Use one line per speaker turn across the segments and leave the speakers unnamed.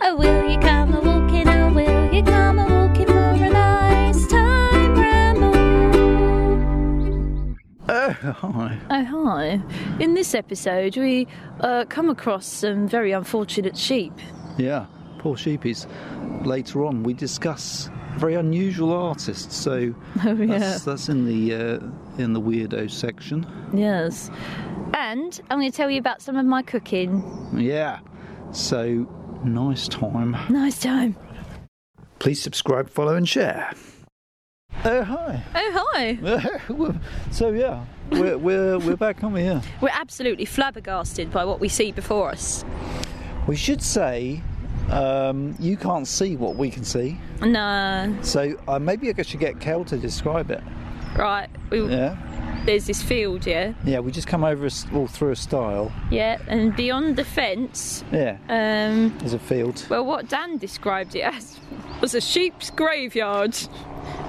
Oh, will you come a walking? Oh, will you come a walking for a nice time ramble?
Oh, hi.
Oh, hi. In this episode, we uh, come across some very unfortunate sheep.
Yeah, poor sheepies. Later on, we discuss very unusual artists. So
Oh, yeah.
that's, that's in the uh, in the weirdo section.
Yes. And I'm going to tell you about some of my cooking.
Yeah. So nice time.
Nice time.
Please subscribe, follow, and share. Oh hi.
Oh, hi.
so yeah, we're we're we're back on here.
We're absolutely flabbergasted by what we see before us.
We should say. Um, you can't see what we can see,
No.
so uh, maybe I should get Kel to describe it.
Right. We,
Yeah,
There's this field, yeah?
yeah. We just come over a s all through a style.
Yeah. And beyond the fence,
Yeah,
um,
there's a field.
well, what Dan described it as was a sheep's graveyard.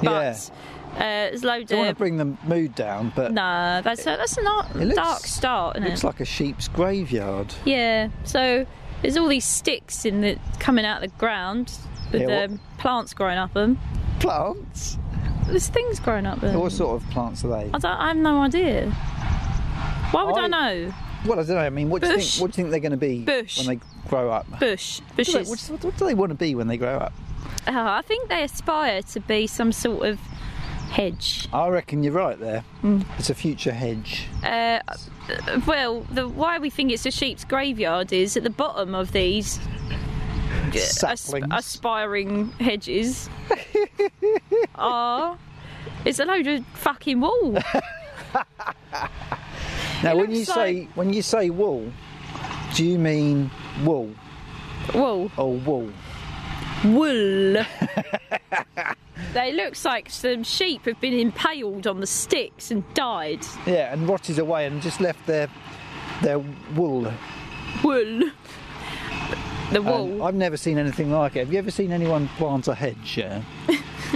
yeah,
But uh, there's loads
don't want to
of
bring the mood down, but
No, that's a, that's a not,
looks-
dark start, isn't
looks
it?
like a sheep's graveyard.
yeah. So there's all these sticks in the coming out of the ground with
Yeah, what-
um, plants growing up them.
Plants?
There's things growing up them.
What sort of plants are they?
I, don't, I have no idea. Why would I,
I-
know?
Well, I don't know. I mean, what do you
Bush.
think? What do you think they're going to be
Bush.
when they grow up?
Bush,
What do they-
bushes.
What, do- what do they want to be when they grow up?
Oh, I think they aspire to be some sort of hedge.
I reckon you're right there.
Mm.
It's a future hedge.
Uh, well, the why we think it's a sheep's graveyard is at the bottom of these uh, asp-
Saplings.
aspiring hedges are it's a load of fucking wool.
now,
it
when you
looks
say when you say wool, do you mean wool
wool,
or wool?
wool. they looks like some sheep have been impaled on the sticks and died.
Yeah, and rotted away and just left their their wool.
Wool. The
And Um,
wool.
I've never seen anything like it. Have you ever seen anyone plant a hedge? Yeah.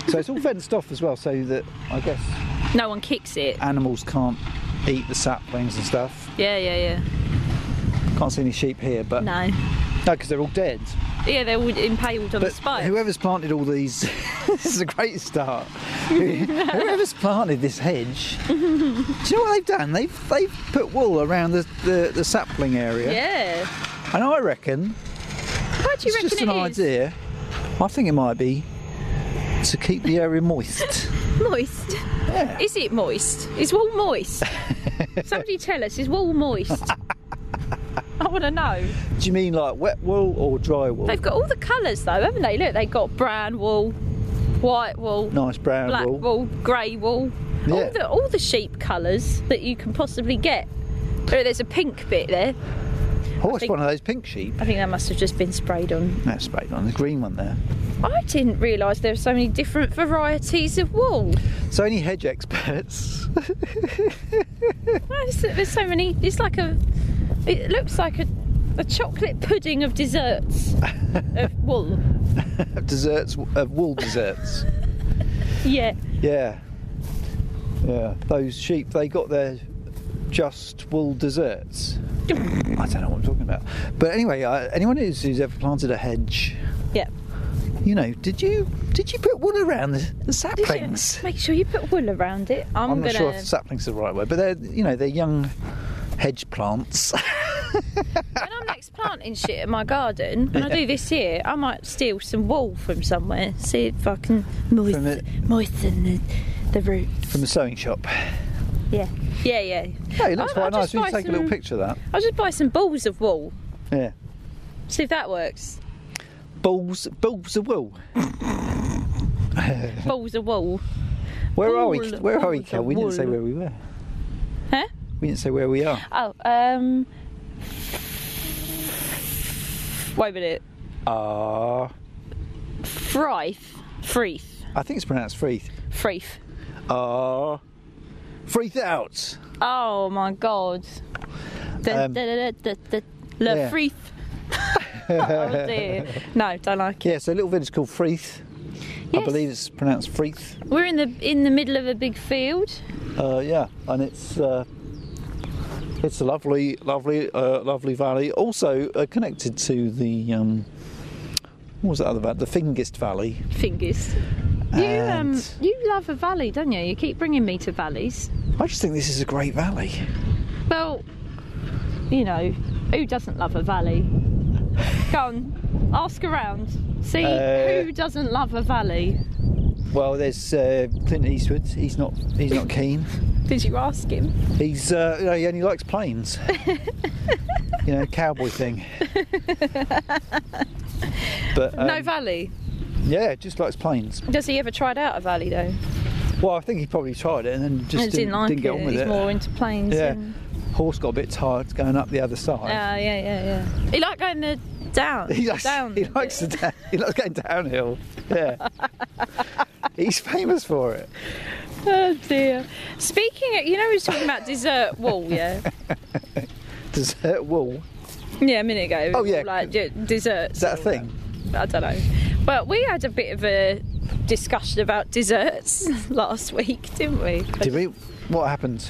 so it's all fenced off as well, so that I Uh, guess
no one kicks it.
animals can't eat the saplings and stuff.
Yeah, yeah,
Can't see any sheep here,
yeah.
but no,
No.
because they're all dead.
Yeah, they're all impaled on
But
the spike.
whoever's planted all these, this is a great start. whoever's planted this hedge, do you know what they've done? They've they've put wool around the, the, the sapling area,
yeah.
and I reckon
Why do you
it's
reckon
just an
it is?
idea. I think it might be to keep the area moist.
Moist.
Yeah.
Is it moist? Is wool moist? Somebody tell us, is wool moist? I want to know.
Do you mean like wet wool or dry wool?
They've got all the colours though, haven't they? Look, they've got brown wool, white wool,
nice brown
black wool,
wool.
grey wool.
Yeah.
All, the, all the sheep colours that you can possibly get. Look, there's a pink bit there.
Oh, it's
think-
one of those pink sheep.
I think that must have just been sprayed on.
That's right on the green one there.
I didn't realise there were so many different varieties of wool.
So any hedge experts?
There's, there's so many. It's like a. It looks like a, a chocolate pudding of desserts of wool.
desserts of wool desserts.
Yeah.
yeah, yeah. Those sheep, they got their just wool desserts. I don't know what I'm talking about. But anyway, uh, anyone who's, who's ever planted a hedge,
Yeah.
you know, did you did you put wool around the, the saplings?
Make sure you put wool around it. I'm,
I'm not
gonna.
sure if saplings is the right word, but they're you know they're young hedge plants.
When I'm next planting shit in my garden, when I do this here, I might steal some wool from somewhere. See if I can
From
moisten,
it-
moisten the, the root.
from the sewing shop.
Yeah. Yeah, yeah.
Yeah, it looks
I'll-
quite
I'll
nice.
just
We can
buy
take a little
some-
picture of that.
I'll just buy some balls of wool.
Yeah,
See if that works.
balls balls of wool.
Balls of wool.
Where are we?
Wool,
Where are we,
balls
Kel?
of
We didn't say
wool.
where we were.
Huh?
We didn't say where we are.
Oh, um. Wait a minute.
Ah,
Frife. Freef.
I think it's pronounced Freeth.
Freef.
Ah, Freeth out.
Oh my god. The,
Um,
the, the, the, the, Le
yeah.
Freef. oh dear. No, don't like it.
Yeah, so a little village called Freeth. I
Yes.
believe it's pronounced Freeth.
We're in the in the middle of a big field.
Uh, yeah, and it's uh, it's a lovely, lovely, uh, lovely valley. Also uh, connected to the um, what was that other valley? The Fingist Valley.
fingers. You um,
And-
you love a valley, don't you? You keep bringing me to valleys.
I just think this is a great valley.
Well, you know, who doesn't love a valley? Go on, ask around. See
Uh,
who doesn't love a valley.
Well, there's uh, Clint Eastwood. He's not. He's not keen.
Did you ask him?
He's. Uh, you know, he only likes planes. you know, cowboy thing. but um,
no valley.
yeah, just likes planes.
Does he ever tried out a valley though?
Well, I think he probably tried it and then just
Just
didn't,
didn't like
didn't get
it.
on with
He's
it.
more into planes.
yeah,
And,
horse got a bit tired going up the other
uh,
side.
yeah, yeah, yeah. He liked going the down.
He likes,
down.
he likes the down, he likes going downhill. Yeah, he's famous for it.
Oh dear. Speaking, of, you know, we were talking about dessert wall, yeah.
Dessert wall.
Yeah, a minute ago.
Oh, yeah.
like d- desserts.
Is that a
and all
thing?
that. I don't know. But we had a bit of a discussion about desserts last week, didn't we?
Did we? What happened?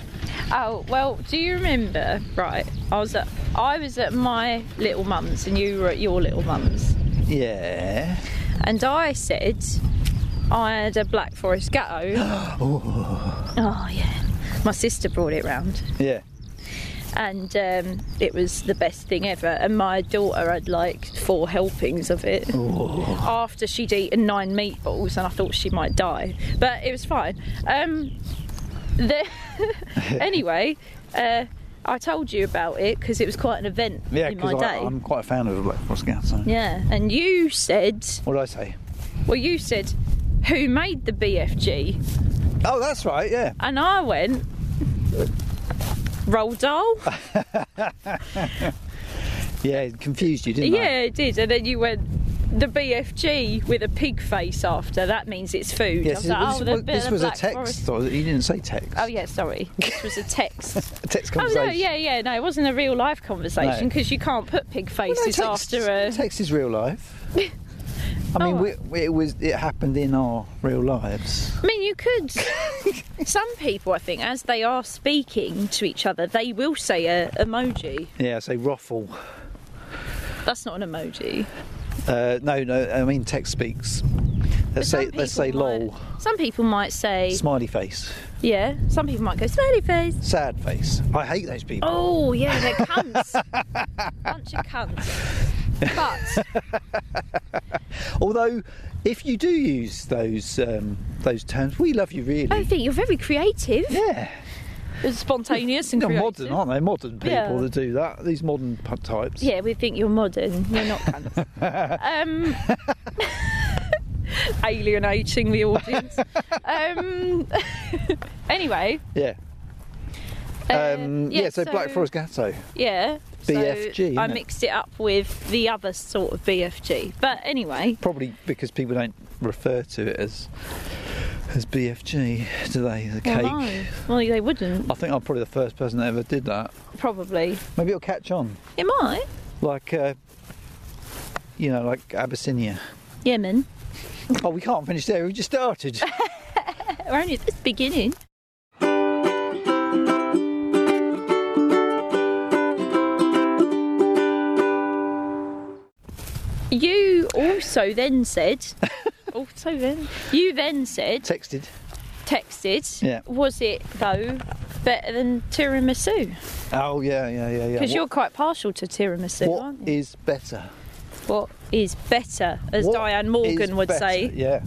Oh well, do you remember? Right, I was at I was at my little mum's and you were at your little mum's,
Yeah.
and I said I had a Black Forest Gatto. oh yeah, my sister brought it round.
Yeah.
and um, it was the best thing ever. And my daughter had like four helpings of it after she'd eaten nine meatballs, and I thought she might die, but it was fine. Um, the anyway, uh, I told you about it because it was quite an event
Yeah,
in my
because
day.
I'm quite a fan of the Black Forest Scout. So.
Yeah, and you said,
What did I say?
well, you said, who made the BFG?
Oh, that's right. Yeah.
And I went, Roald Dahl?
Yeah. it Confused you, didn't I?
Yeah, it did. And then you went the BFG with a pig face after. That means it's food.
Yes,
I was like,
this,
oh,
was, this
the-
was
the
a
Black
text.
Forest-
Or you didn't say text.
Oh yeah, sorry. This was a text.
A text
oh
conversation.
no, yeah, yeah, no, it wasn't a real life conversation
No.
because you can't put pig
Well, no,
faces
text,
after a.
text is real life. I mean,
Oh.
we, we, it was it happened in our real lives.
I mean, you could. Some people, I think, as they are speaking to each other, they will say a emoji.
Yeah, so ruffle.
That's not an emoji.
Uh, no, no, I mean text speaks.
But
Let's
some
say let's say
people might-
lol,
Some people might say,
smiley face,
yeah. Some people might go smiley face.
sad face. I hate those people.
Oh yeah, they're cunts. Bunch of cunts. But
Although, if you do use those um, those terms, we love you really.
I think you're very creative.
yeah,
It's spontaneous and
they're
creative.
modern, aren't they? Modern people
Yeah.
that do that. These modern p- types.
Yeah, we think you're modern. You're not cunts. um, alienating the audience. Um, anyway.
Yeah.
uh,
Um, yeah, so, Black Forest Gatto.
Yeah. so
BFG,
I
innit?
mixed it up with the other sort of BFG. But anyway,
Probably because people don't refer to it as as BFG, do they? The cake.
well, no. well, they wouldn't
I think I'm probably the first person that ever did that.
probably.
Maybe it'll catch on.
It might.
Like, uh, you know, like Abyssinia.
Yemen.
Oh, we can't finish there. We just started.
We're only at the beginning. You also then said, also then, you then said,
Texted.
texted,
Yeah.
was it though better than tiramisu?
Oh, yeah, yeah, yeah, yeah.
Because
What-
you're quite partial to tiramisu,
what
aren't you?
is better?
what is better, as
What
Diane
is
Morgan would
better?
say?
Yeah.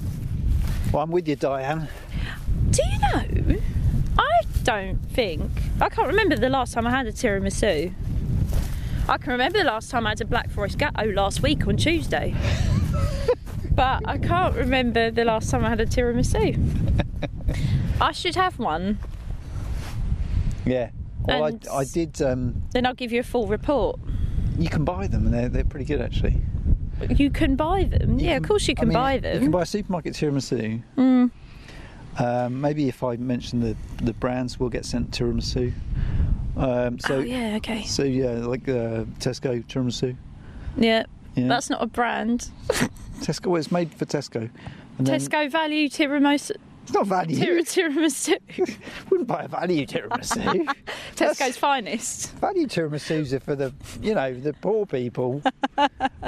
Well, I'm with you, Diane.
Do you know? I don't think I can't remember the last time I had a tiramisu. I can remember the last time I had a Black Forest Gatto last week on Tuesday. but I can't remember the last time I had a tiramisu. I should have one,
Yeah. Well,
And-
I, I did. Um,
then I'll give you a full report.
you can buy them, and they're, they're pretty good actually.
You can buy them.
You
yeah, of course you
I
can
mean,
buy
You
them. Mm.
can buy a supermarket tiramisu. Um, maybe if I mention the, the brands, we'll get sent tiramisu. Um, so
oh, yeah, okay.
So yeah, like uh, Tesco tiramisu.
Yeah.
Yeah.
That's not a brand.
Tesco. Well, it's made for Tesco. And then-
Tesco value tiramisu.
It's not value.
Tir- tiramisu.
Wouldn't buy a value tiramisu. That's-
Tesco's finest.
value tiramisu's are for the you know the poor people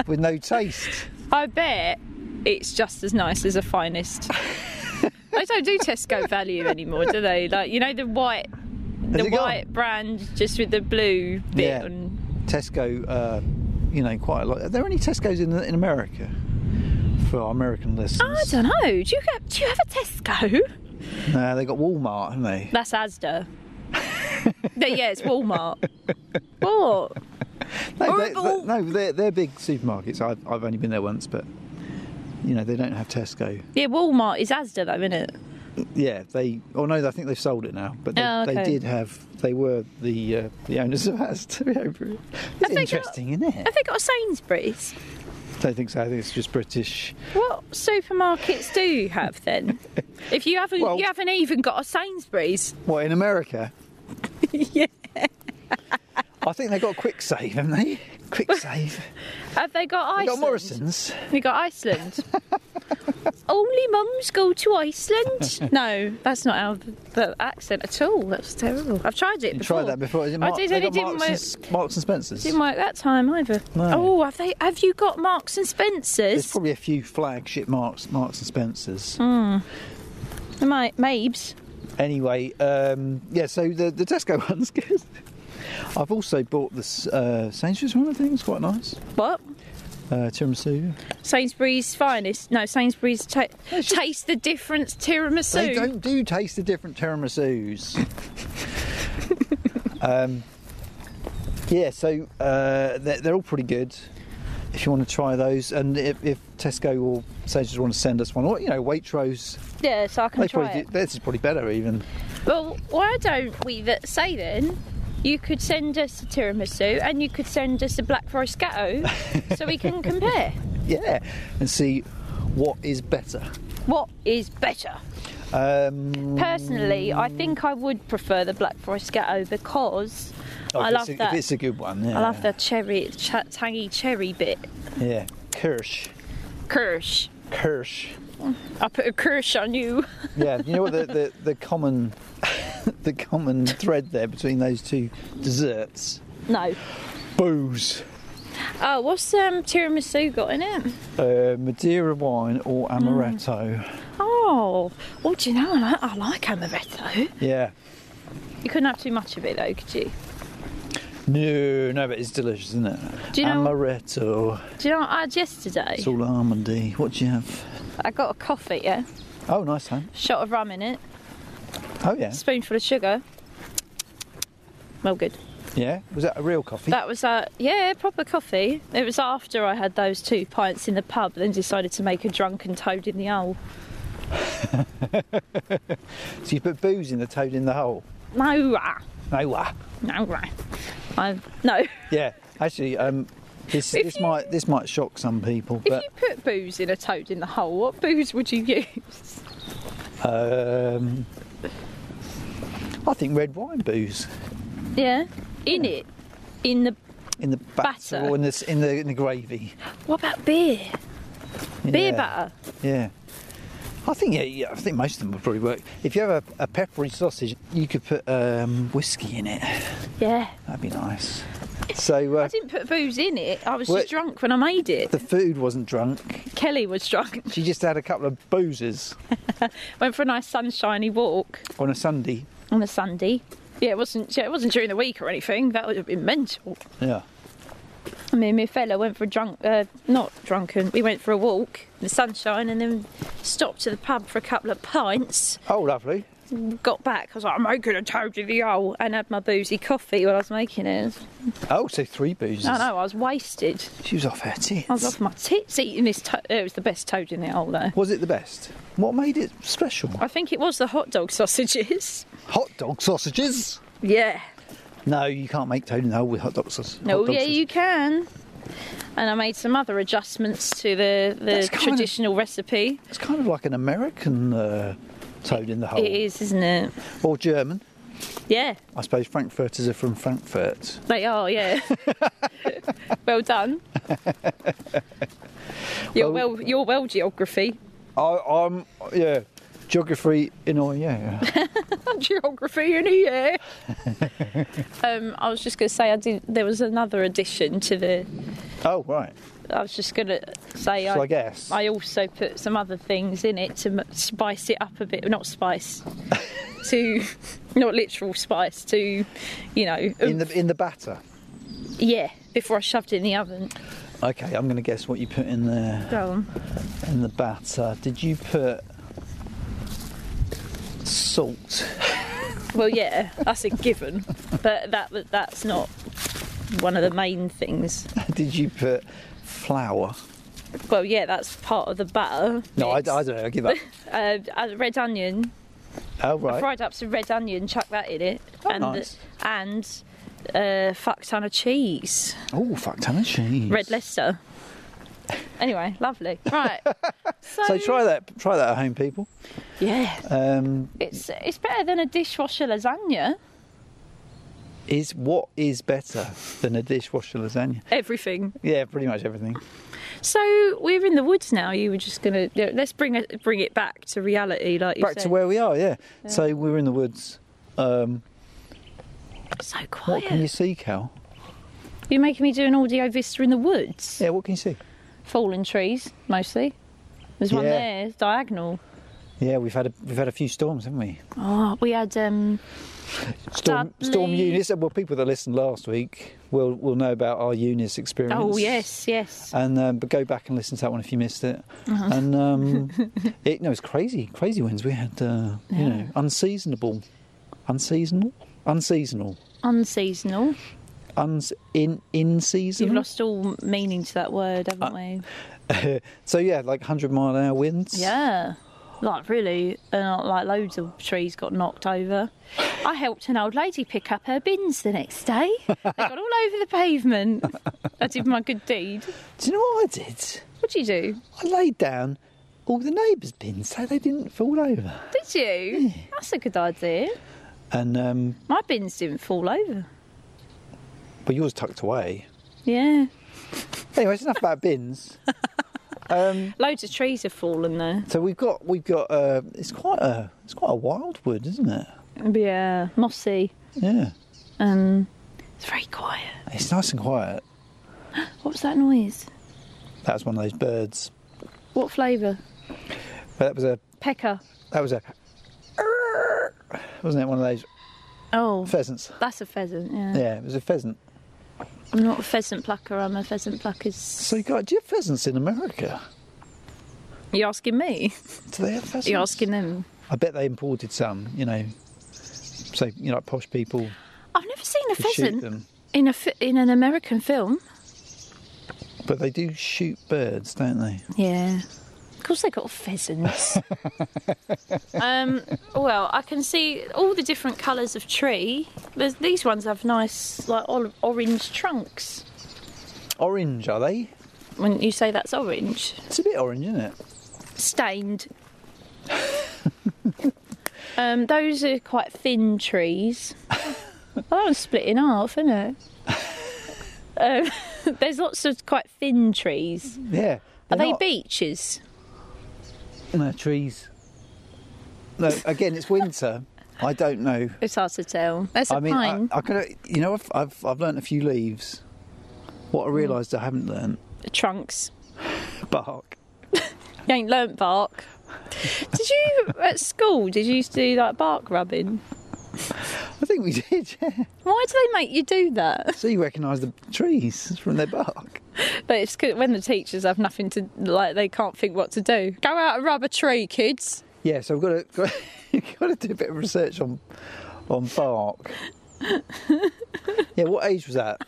with no taste.
I bet it's just as nice as a finest. they don't do Tesco value anymore, do they? Like you know the white, the
it gone?
white brand just with the blue bit.
Yeah.
On.
Tesco, uh, you know, quite a lot. Are there any Tesco's in, in America for our American
I
listeners?
don't know. Do you have, do you have a Tesco?
No, they got Walmart, haven't they?
That's ASDA. No, yeah, it's Walmart. What?
No, they-
Horrible.
they- no, they're, they're big supermarkets. I've, I've only been there once, but you know they don't have Tesco.
Yeah, Walmart is ASDA though, isn't it?
Yeah, they. Oh no, I think they've sold it now. But they,
Oh,
they
okay.
did have. They were the uh, the owners of Asda. it's
Have they got-
interesting, isn't it?
Have they got a Sainsbury's?
don't think so. I think it's just British.
What supermarkets do you have then? If you haven't,
Well-
you haven't even got a Sainsbury's.
What in America?
yeah.
I think they got Quick Save, haven't they? Quick Save.
Have they got
They
Iceland?
got Morrison's.
They got Iceland. Only mums go to Iceland. No, that's not our the accent at all. That's terrible. I've tried it.
You
before.
tried that before. Is it
I
Mark,
did,
they
and it
got
didn't
Marks,
work.
and, S- Marks and Spencers.
Didn't work that time either.
No.
Oh, have they? Have you got Marks and
There's
Spencers?
probably a few flagship Marks, Marks and Spencers.
Hmm. My Mabes.
Anyway, um, yeah. So the the Tesco one's good. I've also bought this uh, Sainsbury's one. I think it's quite nice.
What?
Uh, tiramisu.
Sainsbury's finest. No, Sainsbury's ta-
just-
taste the difference tiramisu.
They don't do taste the different tiramisus. um, yeah, so uh, they're, they're all pretty good. If you want to try those, and if, if Tesco or Sainsbury's want to send us one, or you know Waitrose,
Yeah, so I can
they
try
probably
it.
do, theirs is probably better even.
Well, why don't we that say then? You could send us a tiramisu and you could send us a black forest gatto so we can compare
Yeah, and see what is better.
what is better.
Um,
Personally, I think I would prefer the black forest gatto because
oh,
I
if
love
it's a,
that.
If it's a good one, yeah.
I love the cherry, ch- tangy cherry bit.
Yeah, Kirsch,
Kirsch.
Kirsch.
I put a kirsch on you.
Yeah, you know what the, the, the common the common thread there between those two desserts
No.
booze,
Oh, what's um, tiramisu got in it?
uh, Madeira wine or
Mm.
amaretto.
Oh, well, do you know, I like, I like amaretto.
Yeah.
You couldn't have too much of it though, could you?
No, no, but it's delicious, isn't it?
Do you know-
amaretto.
Do you know what I had yesterday?
It's all almondy. What do you have?
I got a coffee, yeah.
Oh, nice ham.
Shot of rum in it,
Oh yeah,
spoonful of sugar. Well, good.
yeah. Was that a real coffee?
That was uh yeah, proper coffee. It was after I had those two pints in the pub, then decided to make a drunken toad in the hole.
So you put booze in the toad in the hole.
No, ah,
No, wah.
no, ah. I no.
Yeah, actually, um, this
If
this
you-
might this might shock some people,
If
but
you put booze in a toad in the hole, what booze would you use?
um, I think red wine booze
Yeah, in it, in the.
in the batter,
Batter.
or in this in the in the gravy.
What about beer?
Yeah.
Beer batter.
Yeah. I think yeah, yeah, I think most of them would probably work. If you have a, a peppery sausage, you could put um, whiskey in it.
Yeah.
That'd be nice. So uh,
I didn't put booze in it. I was
Well-
just drunk when I made it.
the food wasn't drunk.
Kelly was drunk.
She just had a couple of boozers
Went for a nice sunshiny walk
on a Sunday.
on a Sunday. Yeah, it wasn't. Yeah, it wasn't during the week or anything. That would have been mental.
Yeah.
I mean, my fella went for a drunk, uh, not drunken. We went for a walk in the sunshine and then stopped at the pub for a couple of pints.
Oh, lovely.
Got back. I was like, I'm making a toad in the hole and had my boozy coffee while I was making it.
Oh, so three boozers.
I know I was wasted.
She was off her tits.
I was off my tits eating this. To- it was the best toad in the hole though.
Was it the best? What made it special?
I think it was the hot dog sausages.
Hot dog sausages.
Yeah.
No, you can't make toad in the hole with hot dog sausages.
No, Oh, yeah, you can. And I made some other adjustments to the, the
That's kind of-
traditional recipe.
It's kind of like an American uh, toad in the hole,
It is, isn't it?
or German.
Yeah,
I suppose Frankfurters are from Frankfurt.
they are, yeah. well done. You're well,
Well-
well, you're well geography.
I, I'm yeah. Geography in all, yeah. yeah.
geography in a year. um, I was just going to say I did. There was another addition to the.
oh, right.
I was just going to say
So I guess.
I also put some other things in it to m- spice it up a bit. Not spice. to not literal spice. To you know.
in the in the batter.
yeah. Before I shoved it in the oven.
Okay, I'm going to guess what you put in the
Go on.
in the batter. Did you put salt?
Well, yeah, that's a given, but that that's not one of the main things.
Did you put flour?
Well, yeah, that's part of the batter.
No, I, I
mix.
don't know. I give up.
uh, a red onion.
Oh right.
Fried up some red onion, chuck that in it,
Oh,
and
nice.
and uh, fuck ton of cheese,
Oh fuck, ton of cheese.
red Leicester. Anyway, lovely. Right. So,
So try that. Try that at home, people.
Yeah,
Um,
it's it's better than a dishwasher lasagna.
is what is better than a dishwasher lasagna?
Everything.
Yeah, pretty much everything.
So we're in the woods now. You were just gonna let's bring it bring it back to reality, like you
Back
said.
to where we are. Yeah. So we're in the woods. Um,
so
what
quiet.
can you see, Cal?
You're making me do an audio vista in the woods.
Yeah, what can you see?
Fallen trees mostly. There's one
Yeah.
there, it's diagonal.
Yeah, we've had a, we've had a few storms, haven't we?
Oh, we had um,
Storm, storm
Dudley.
Eunice. Well, people that listened last week will will know about our Eunice experience.
Oh yes, yes.
And um, but go back and listen to that one if you missed it.
Uh-huh.
And um, it no, it's crazy, crazy winds. We had uh, you know unseasonable, unseasonal, unseasonal,
Unseasonal.
uns in in season.
You've lost all meaning to that word,
Uh,
haven't we?
so yeah, like hundred mile an hour winds.
Yeah. Like really, uh, like loads of trees got knocked over. I helped an old lady pick up her bins the next day. They got all over the pavement. I did my good deed.
Do you know what I did?
What would you do?
I laid down all the neighbours' bins so they didn't fall over.
Did you? That's a good idea.
And um,
My bins didn't fall over.
but yours tucked away.
Yeah.
Anyway, it's enough about bins. Um,
Loads of trees have fallen there.
so we've got we've got uh, it's quite a it's quite a wild wood, isn't it?
Yeah. Mossy.
Yeah,
Um, it's very quiet.
it's nice and quiet.
What was that noise?
That was one of those birds.
What flavour?
But that was a
Pecker.
that was a wasn't it one of those
Oh,
pheasants?
that's a pheasant. Yeah.
Yeah, it was a pheasant.
I'm not a pheasant plucker. I'm a pheasant plucker's.
So you got do you have pheasants in America?
You asking me?
Do they have pheasants?
You asking them?
I bet they imported some. You know, so you know, like posh people
I've never seen a
to shoot
pheasant
them.
in a fi- in an American film.
But they do shoot birds, don't they?
Yeah. Of course, they got pheasants. um, well, I can see all the different colours of tree. There's, these ones have nice, like olive, orange trunks.
Orange, are they?
Wouldn't you say that's orange?
It's a bit orange, isn't it?
stained. um, those are quite thin trees. well, that one's split in half, isn't it? um, there's lots of quite thin trees.
Yeah.
Are they
Mm-hmm. not-
beeches?
No, trees. No, again, it's winter. I don't know.
It's hard to tell. There's a
I mean, I,
pine.
I could, you know, I've, I've, I've learnt a few leaves. What
Hmm.
I realised I haven't learnt
Trunks.
bark.
You ain't learnt bark. did you at school? Did you used to do like bark rubbing?
I think we did. Yeah.
Why do they make you do that?
So you recognise the trees from their bark.
But it's 'cause when the teachers have nothing to like, they can't think what to do. Go out and rub a tree, kids.
Yeah. So I've got to got, got to do a bit of research on on bark. yeah. What age was that?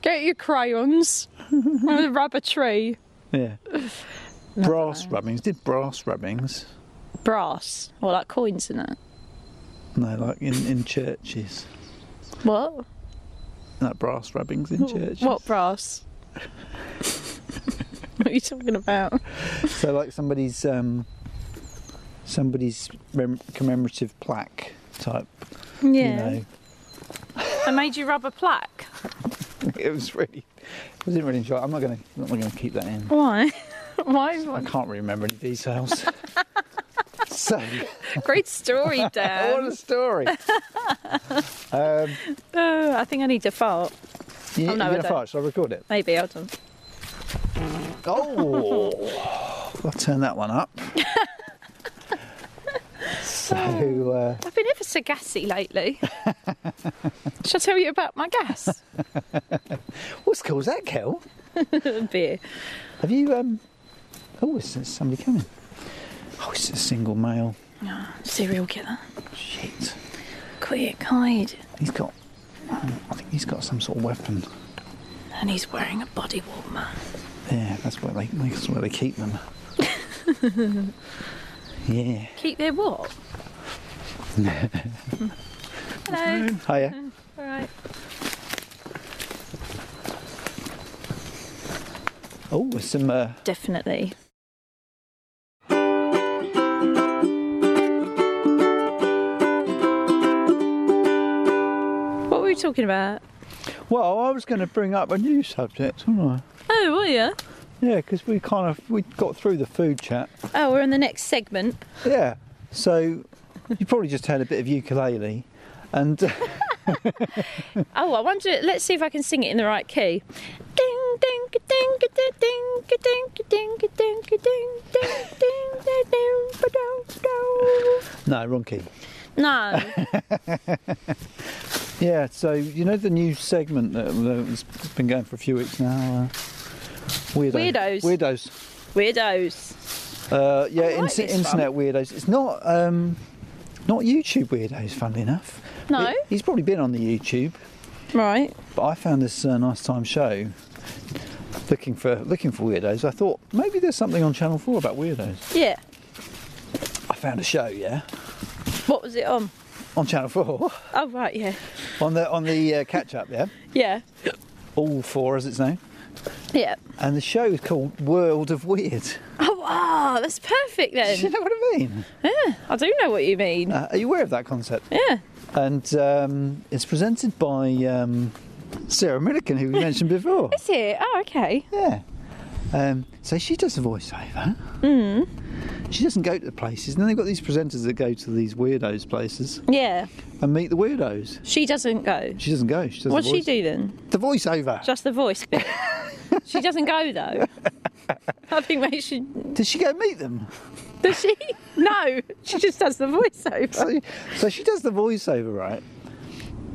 Get your crayons. I'm gonna rub a tree.
Yeah. brass rubbings. Did brass rubbings?
Brass. Well, like coins in it.
No, like in, in churches.
What?
Like brass rubbings in churches.
What brass? what are you talking about?
So like somebody's um, somebody's rem- commemorative plaque type.
Yeah.
You know,
I made you rub a plaque.
it was really. I didn't really enjoy. It. I'm not going to. I'm not going to keep that in.
Why?
I
Why?
can't remember any details. So,
Great story,
what a
Dan.
story. um,
Oh, I think I need to fart.
you,
no,
you're
I
gonna
don't.
fart? Shall I record it?
Maybe hold on.
Oh, I'll turn that one up. so, uh,
I've been ever so gassy lately. Shall I tell you about my gas?
what's cool is that, Kel?
Beer.
Have you? Um, oh, is there somebody coming? Oh, it's a single male.
Serial killer.
Shit,
Quick, hide.
he's got. I think he's got some sort of weapon.
And he's wearing a body warmer.
Yeah, that's where they that's where they keep them. yeah.
Keep their what? Hello.
Hiya.
All right.
Oh, there's some. Uh,
Definitely. What were we talking about?
well, I was going to bring up a new subject, wasn't I?
Oh, were you?
Yeah, because we kind of we got through the food chat.
Oh, we're in the next segment.
Yeah. So you probably just had a bit of ukulele, and
Oh, I wonder. Let's see if I can sing it in the right key. Ding ding ding ding ding ding ding ding ding ding ding ding ding ding ding.
no, wrong key.
No.
Yeah. So you know the new segment that has been going for a few weeks now. Uh, weirdo-
Weirdos.
Weirdos.
Weirdos.
Uh, yeah,
I like
inter-
this
internet weirdos. It's not um, not YouTube weirdos, funnily enough.
No?
It- he's probably been on the YouTube,
Right.
but I found this uh, nice time show looking for looking for weirdos. I thought maybe there's something on Channel Four about weirdos.
Yeah.
I found a show, yeah,
What was it on?
on Channel Four,
Oh, right. Yeah.
on the on the uh, catch up, yeah,
Yeah.
all four as it's known,
Yeah.
and the show is called World of Weird.
Oh, wow. That's perfect
Do you
then.
know what I mean?
Yeah. I do know what you mean.
Uh, are you aware of that concept?
Yeah.
And um, it's presented by um, Sarah Milliken, who we mentioned before.
Is it? Oh, okay.
Yeah. Um, so she does the voiceover. Mm. She doesn't go to the places. And then they've got these presenters that go to these weirdos places
Yeah.
and meet the weirdos.
She doesn't go.
She doesn't go. She does the
What's she
voice-
do then?
The voiceover.
Just the voice bit. she doesn't go though. I think maybe she
Does she go meet them?
does she? No, she just does the voiceover.
So, so she does the voiceover, right?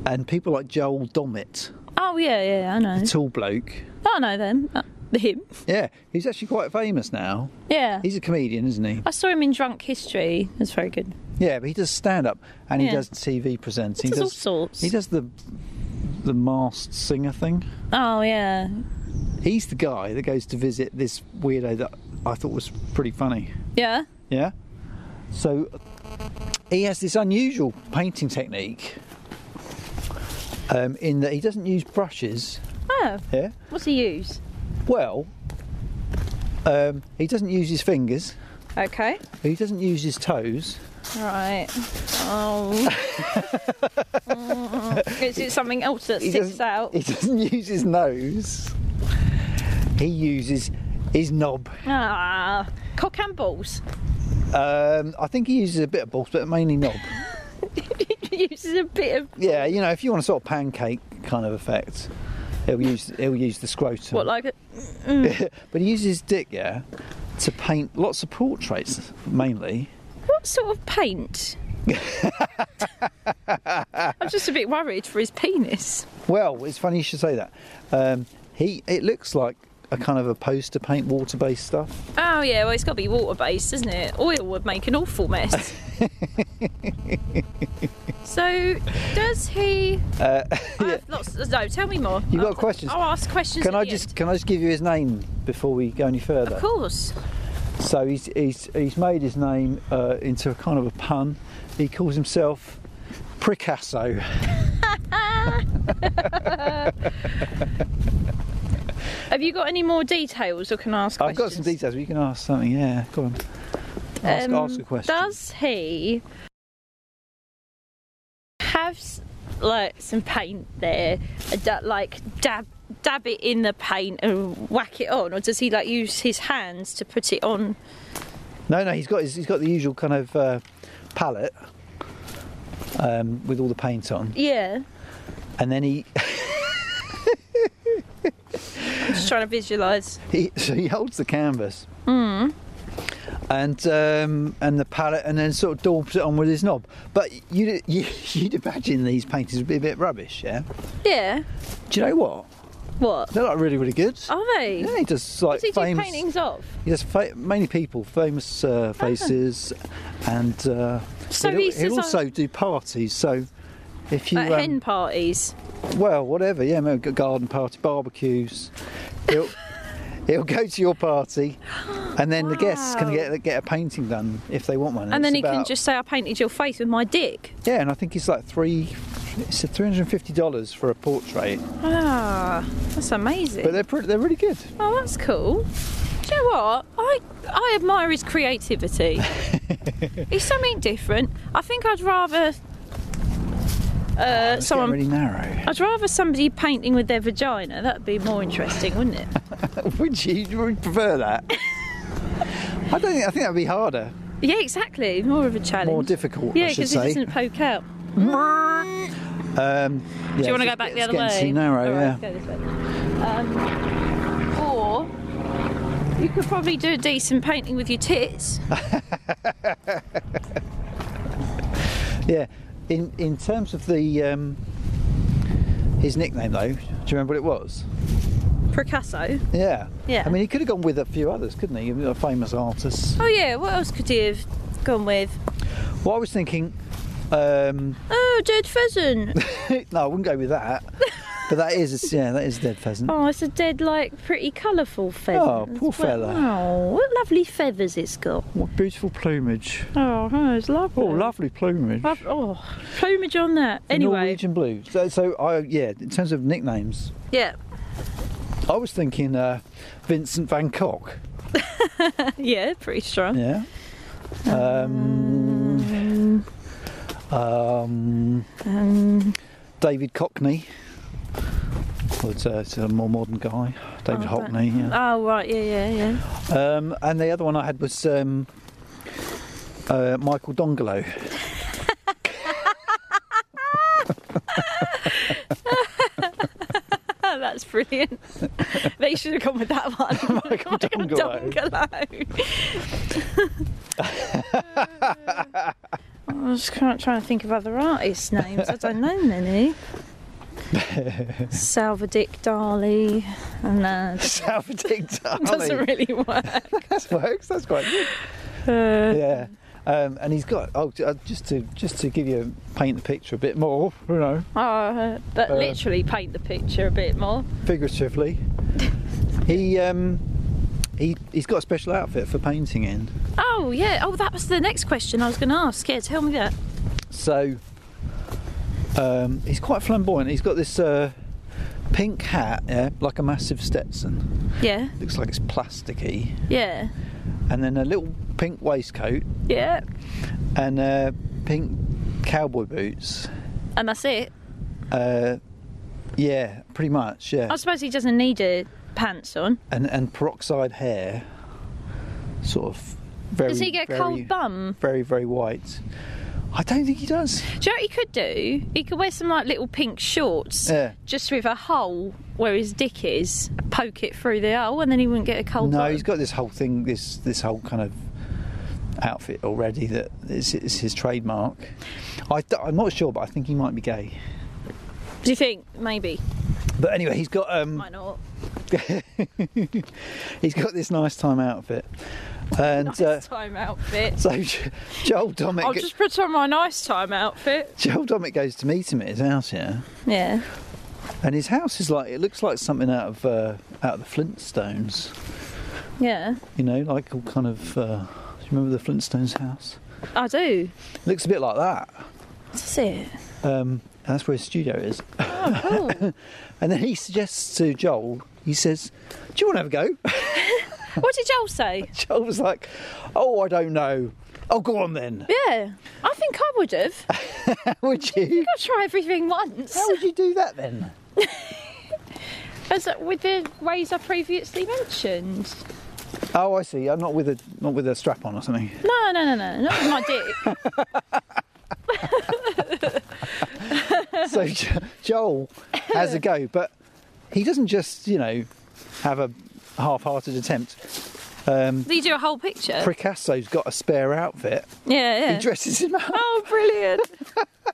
And people like Joel Dommett,
Oh yeah, yeah, I know.
tall bloke.
I know them. Uh, him.
Yeah, he's actually quite famous now.
Yeah.
He's a comedian, isn't he?
I saw him in Drunk History. That's very good.
Yeah, but he does stand up and he
Yeah.
does TV presenting.
He does all sorts.
He does the the masked singer thing.
Oh yeah.
He's the guy that goes to visit this weirdo that I thought was pretty funny.
Yeah.
Yeah? So he has this unusual painting technique um, in that he doesn't use brushes.
Oh,
Yeah?
what's he use?
Well, um, he doesn't use his fingers,
Okay.
he doesn't use his toes.
Right. Oh. Mm. Is it something else that
He
sticks
doesn't,
out?
he doesn't use his nose, he uses his knob.
Ah, cock and balls.
Um, I think he uses a bit of both, but mainly knob.
he uses a bit of
Yeah, you know, if you want a sort of pancake kind of effect, he'll use he'll use the scrotum.
what, like a, mm,
but he uses his dick, yeah, to paint lots of portraits mainly.
What sort of paint? I'm just a bit worried for his penis.
Well, it's funny you should say that. Um, he it looks like a kind of a poster paint, water based stuff.
Oh yeah, well it's got to be water based, isn't it? Oil would make an awful mess.
Uh,
so does he?
Uh,
I have lots. No, tell me more.
You've got
I'll-
questions.
I'll ask questions.
can
at
I
the
just
end.
can I just give you his name before we go any further?
Of course.
So he's he's he's made his name uh, into a kind of a pun. He calls himself Picasso.
Ah. Have you got any more details, or can I ask?
I've got
questions?
some details. but You can ask something. Yeah, go on. Ask,
Um,
ask a question.
Does he have s- like some paint there, and da- like dab dab it in the paint and whack it on, or does he like use his hands to put it on
No, no, he's got his, he's got the usual kind of uh, palette um, with all the paint on,
Yeah.
and then he,
I'm just trying to visualise.
he so he holds the canvas.
Hmm.
And um, and the palette, and then sort of daubs it on with his knob. But you you you'd imagine these paintings would be a bit rubbish, yeah.
Yeah.
Do you know what?
What?
They're like really really good.
Are they?
Yeah, he does like
Does Oh. he do
famous.
paintings of?
He does fa- mainly people, famous uh, faces, and uh,
So
he'll,
he's-
he'll
so-
also do parties. So if you
At
um,
hen parties.
Well, whatever. Yeah, maybe a garden party, barbecues. It'll, it'll go to your party, and then the guests can
Wow.
get get a painting done if they want one.
And then
it's
he can
about-
just say, I painted your face with my dick.
yeah, and I think it's like three. It's three hundred and fifty dollars for a portrait,
Ah, that's amazing.
but they're pretty, they're really good.
Oh, that's cool. Do you know what? I, I admire his creativity. it's something different. I think I'd rather uh,
It's
someone.
getting really narrow.
I'd rather somebody painting with their vagina. That'd be more interesting, wouldn't it?
Would you would you prefer that? I don't think I think that'd be harder,
yeah, exactly. More of a challenge.
more difficult.
Yeah,
I should
because it
say.
doesn't poke out.
Um, yeah,
Do you want to
it's-
go back the
it's
other
getting
way?
Too narrow,
All right,
yeah.
let's go this way. Um, or you could probably do a decent painting with your tits.
Yeah. In in terms of the um, his nickname though, do you remember what it was?
Picasso.
Yeah.
Yeah.
I mean, he could have gone with a few others, couldn't he? He was A famous artist.
Oh yeah, what else could he have gone with?
Well, I was thinking, um,
Oh, dead pheasant.
no, I wouldn't go with that. but that is, it's- yeah, that is a dead pheasant.
Oh, it's a dead, like, pretty colourful pheasant.
Oh, poor
as well.
fella.
Oh, what lovely feathers it's got.
What beautiful plumage!
Oh, oh, it's lovely.
Oh, lovely plumage.
Lov- Oh, plumage on that.
The
Anyway,
Norwegian blue. So, so I yeah. In terms of nicknames,
yeah,
I was thinking uh, Vincent Van Gogh.
yeah, pretty strong.
Yeah. Um, um,
Um,
David Cockney. Well, it's, a, it's a more modern guy. David
Oh,
Hockney. Yeah.
oh right, yeah, yeah, yeah.
Um, and the other one I had was um, uh, Michael Dongolo.
Oh, that's brilliant. they should have gone with that one. Michael
Dongolo.
Dongolo. I was can't trying to think of other artists' names. I don't know many. Salvador Dali, and uh,
Salvador Dali.
doesn't really work.
That works. That's quite good.
Uh,
Yeah. Um, and he's got oh j- uh, just to just to give you paint the picture a bit more, you know,
uh, but
Uh,
literally paint the picture a bit more.
figuratively. he um, he he's got a special outfit for painting in.
Oh yeah. Oh, that was the next question I was going to ask. Yeah, tell me that.
So um, he's quite flamboyant. He's got this uh, pink hat, yeah, like a massive Stetson.
Yeah.
Looks like it's plasticky,
Yeah.
and then a little pink waistcoat
Yeah.
and uh, pink cowboy boots.
And that's it.
Uh, yeah, pretty much. Yeah,
I suppose he doesn't need a pants on.
and and peroxide hair, sort of. Very,
Does he get a
very,
cold bum?
Very, very white. I don't think he does.
Do you know what he could do? He could wear some like little pink shorts,
Yeah.
just with a hole where his dick is, poke it through the hole, and then he wouldn't get a cold.
No,
bum.
he's got this whole thing, this this whole kind of outfit already that is, is his trademark. I, am not sure, but I think he might be gay.
Do you think maybe
But anyway, he's got um,
might not?
he's got this nice time outfit, and
Nice
uh,
time outfit.
so Jo- Joel Domic.
I'll just put on my nice time outfit.
Joel Domic goes to meet him at his house, yeah,
Yeah.
and his house is like it looks like something out of uh, out of the Flintstones,
Yeah.
you know, like all kind of. Uh, do you remember the Flintstones house?
I do.
Looks a bit like that.
That's it.
Um, that's where his studio is.
Oh, Cool.
And then he suggests to Joel, he says, Do you want to have a go?
what did Joel say?
Joel was like, Oh, I don't know. Oh, go on then.
Yeah. I think I would have. I'll
How would you?
try everything once.
How would you do that then?
uh, As with the ways I previously mentioned.
Oh, I see. I'm not with a not with a strap on or something.
No, no, no, no, not with my dick.
So Jo- Joel has a go, but he doesn't just you know have a half-hearted attempt. Um,
They do a whole picture.
Picasso's got a spare outfit.
yeah, yeah.
He dresses him up,
Oh, brilliant.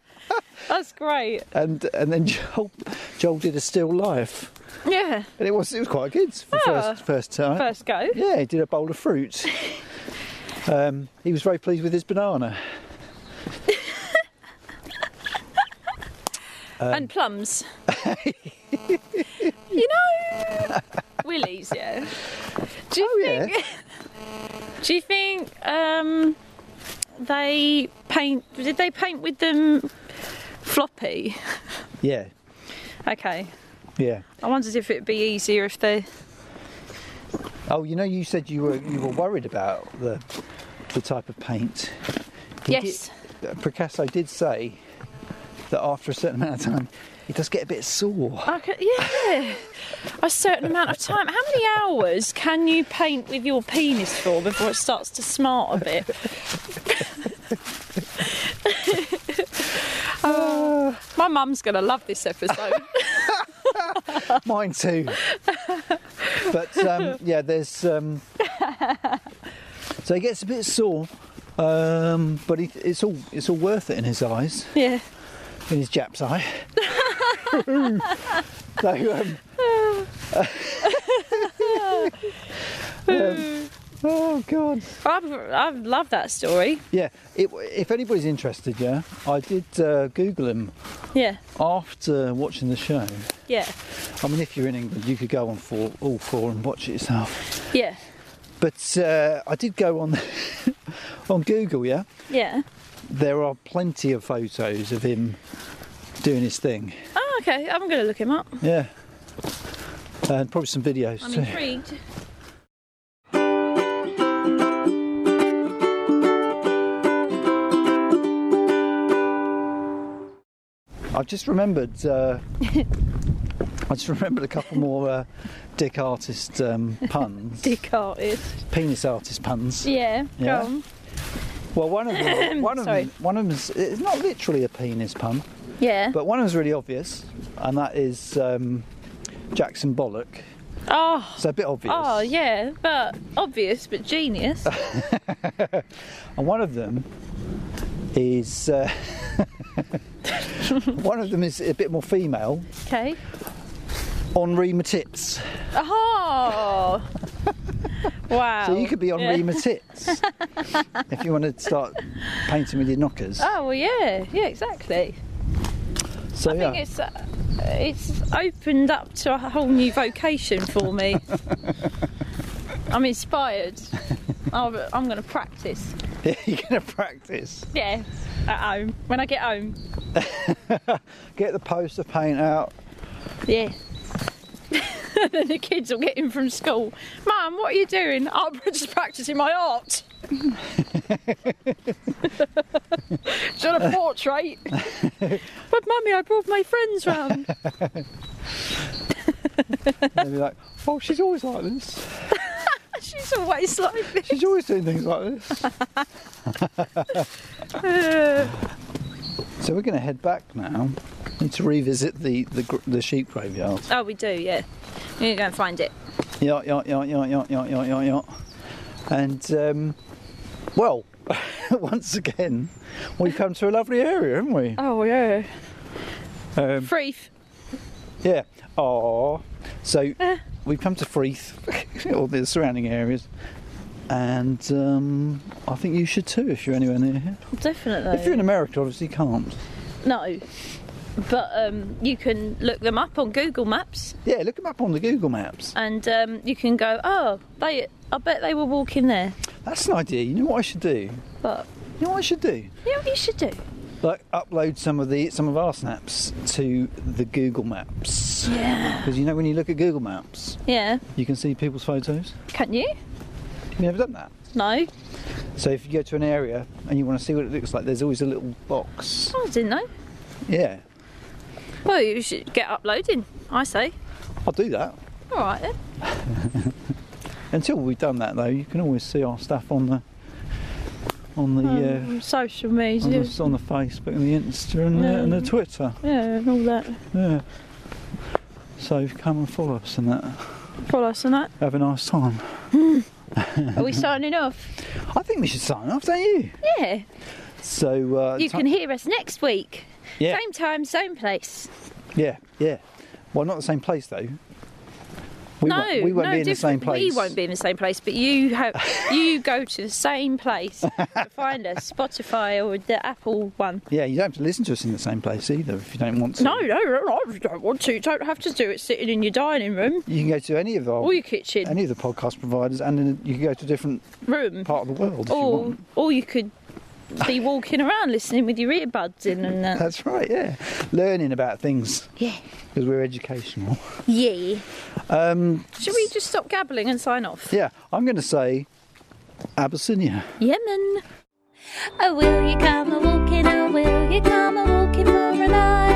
That's great.
and and then Joel Joel did a still life,
Yeah.
and it was it was quite good for
Oh.
first first time.
First go.
Yeah, he did a bowl of fruit. um, he was very pleased with his banana.
and plums. you know, willies, yeah. Do you
Oh, yeah.
think? Do you think um, they paint? Did they paint with them floppy?
Yeah,
Okay.
yeah.
I wondered if it'd be easier if they.
Oh, you know, you said you were you were worried about the the type of paint. He did-
yes.
uh, Picasso did say that after a certain amount of time, it does get a bit sore.
I could, yeah. A certain amount of time. How many hours can you paint with your penis for before it starts to smart a bit? Oh, my mum's gonna love this episode.
Mine too. but um, yeah, there's. Um, so it gets a bit sore, um, but it, it's all it's all worth it in his eyes,
yeah.
in his Jap's eye. um, so um, um, oh god.
I, I love that story.
Yeah, it, if anybody's interested, yeah, I did uh, Google him
Yeah.
after watching the show.
Yeah.
I mean, if you're in England, you could go on for all four and watch it yourself.
Yeah.
But uh, I did go on on Google. Yeah,
Yeah.
there are plenty of photos of him doing his thing.
Oh, okay. I'm gonna look him up.
Yeah, and probably some videos
I'm
too.
intrigued.
I've just remembered. Uh, I just remembered a couple more uh, dick artist um, puns,
Dick artist.
penis artist puns.
Yeah.
Yeah.
Go on.
Well, one of them, one of
Sorry.
them, one of them's it's not literally a penis pun,
Yeah.
but one of them's really obvious, and that is um, Jackson Bollock.
oh.
So a bit obvious.
Oh yeah, but obvious, but genius.
And one of them is uh, one of them is a bit more female.
Okay.
Henri Matips.
Oh. wow.
So you could be Henri
Oh. Yeah.
Matips if you want to start painting with your knockers.
Oh well, yeah, yeah, exactly.
so
I
yeah,
think it's uh, it's opened up to a whole new vocation for me. I'm inspired. I'm, I'm going to practice.
you're going to practice.
Yeah, at home when I get home.
Get the poster paint out.
Yeah. then the kids will get in from school. Mum, what are you doing? Oh, I'm just practicing my art. Do you want a portrait? but mummy, I brought my friends round.
And they'll be like, oh, she's always like this.
She's always like this.
She's always doing things like this. So we're going to head back now. Need to revisit the the, gr- the sheep graveyard.
Oh, we do, yeah. You can go and find it.
Yeah, yeah, yeah, yeah, yeah, yeah, yeah, yeah, yeah. And um, well, once again, we've come to a lovely area, haven't we?
Oh, yeah.
Um,
Freef.
yeah. Oh, so we've come to Freeth or the surrounding areas, and um, I think you should too if you're anywhere near here.
Definitely.
If you're in America, obviously you can't.
No. But um, you can look them up on Google Maps
Yeah, look them up on the Google Maps.
and um, you can go, oh, they. I bet they were walking there.
That's an idea. You know what I should do?
But
You know what I should do?
you know what you should do?
Like upload some of the some of our snaps to the Google Maps.
Yeah.
Because you know when you look at Google Maps,
Yeah.
you can see people's photos.
Can you?
You've never done that.
No.
So if you go to an area and you want to see what it looks like, there's always a little box.
Oh, I didn't know.
Yeah,
Well, you should get uploading, I say.
I'll do that.
All right then.
Until we've done that though, you can always see our stuff on the on the, uh,
Um, social
on,
media.
the on the Facebook and the Insta and, the, and the
Um,
Twitter.
Yeah, and all that.
Yeah. So come and follow us and that.
Follow us on that.
Have a nice time.
Are we signing off?
I think we should sign off, don't you?
Yeah.
So uh,
You
ti-
can hear us next week.
yeah,
Same time, same place.
yeah, yeah. Well, not the same place though. We
no,
won't, we won't
no,
be in the same
different-
place.
We won't be in the same place, but you have you go to the same place to find us, Spotify or the Apple one.
Yeah, you don't have to listen to us in the same place either if you don't want to.
No, no, no, I don't want to. You don't have to do it sitting in your dining room
You can go to any of our
or your kitchen
any of the podcast providers, and in- you can go to a different
room,
part of the world if you
or
want.
or you could be walking around listening with your earbuds in and that.
That's right, yeah. Learning about things
Yeah,
because we're educational.
yeah.
Um,
Should we just stop gabbling and sign off?
yeah, I'm going to say Abyssinia.
Yemen.
Oh, will you come a walking? Oh, will you come a walking for a night?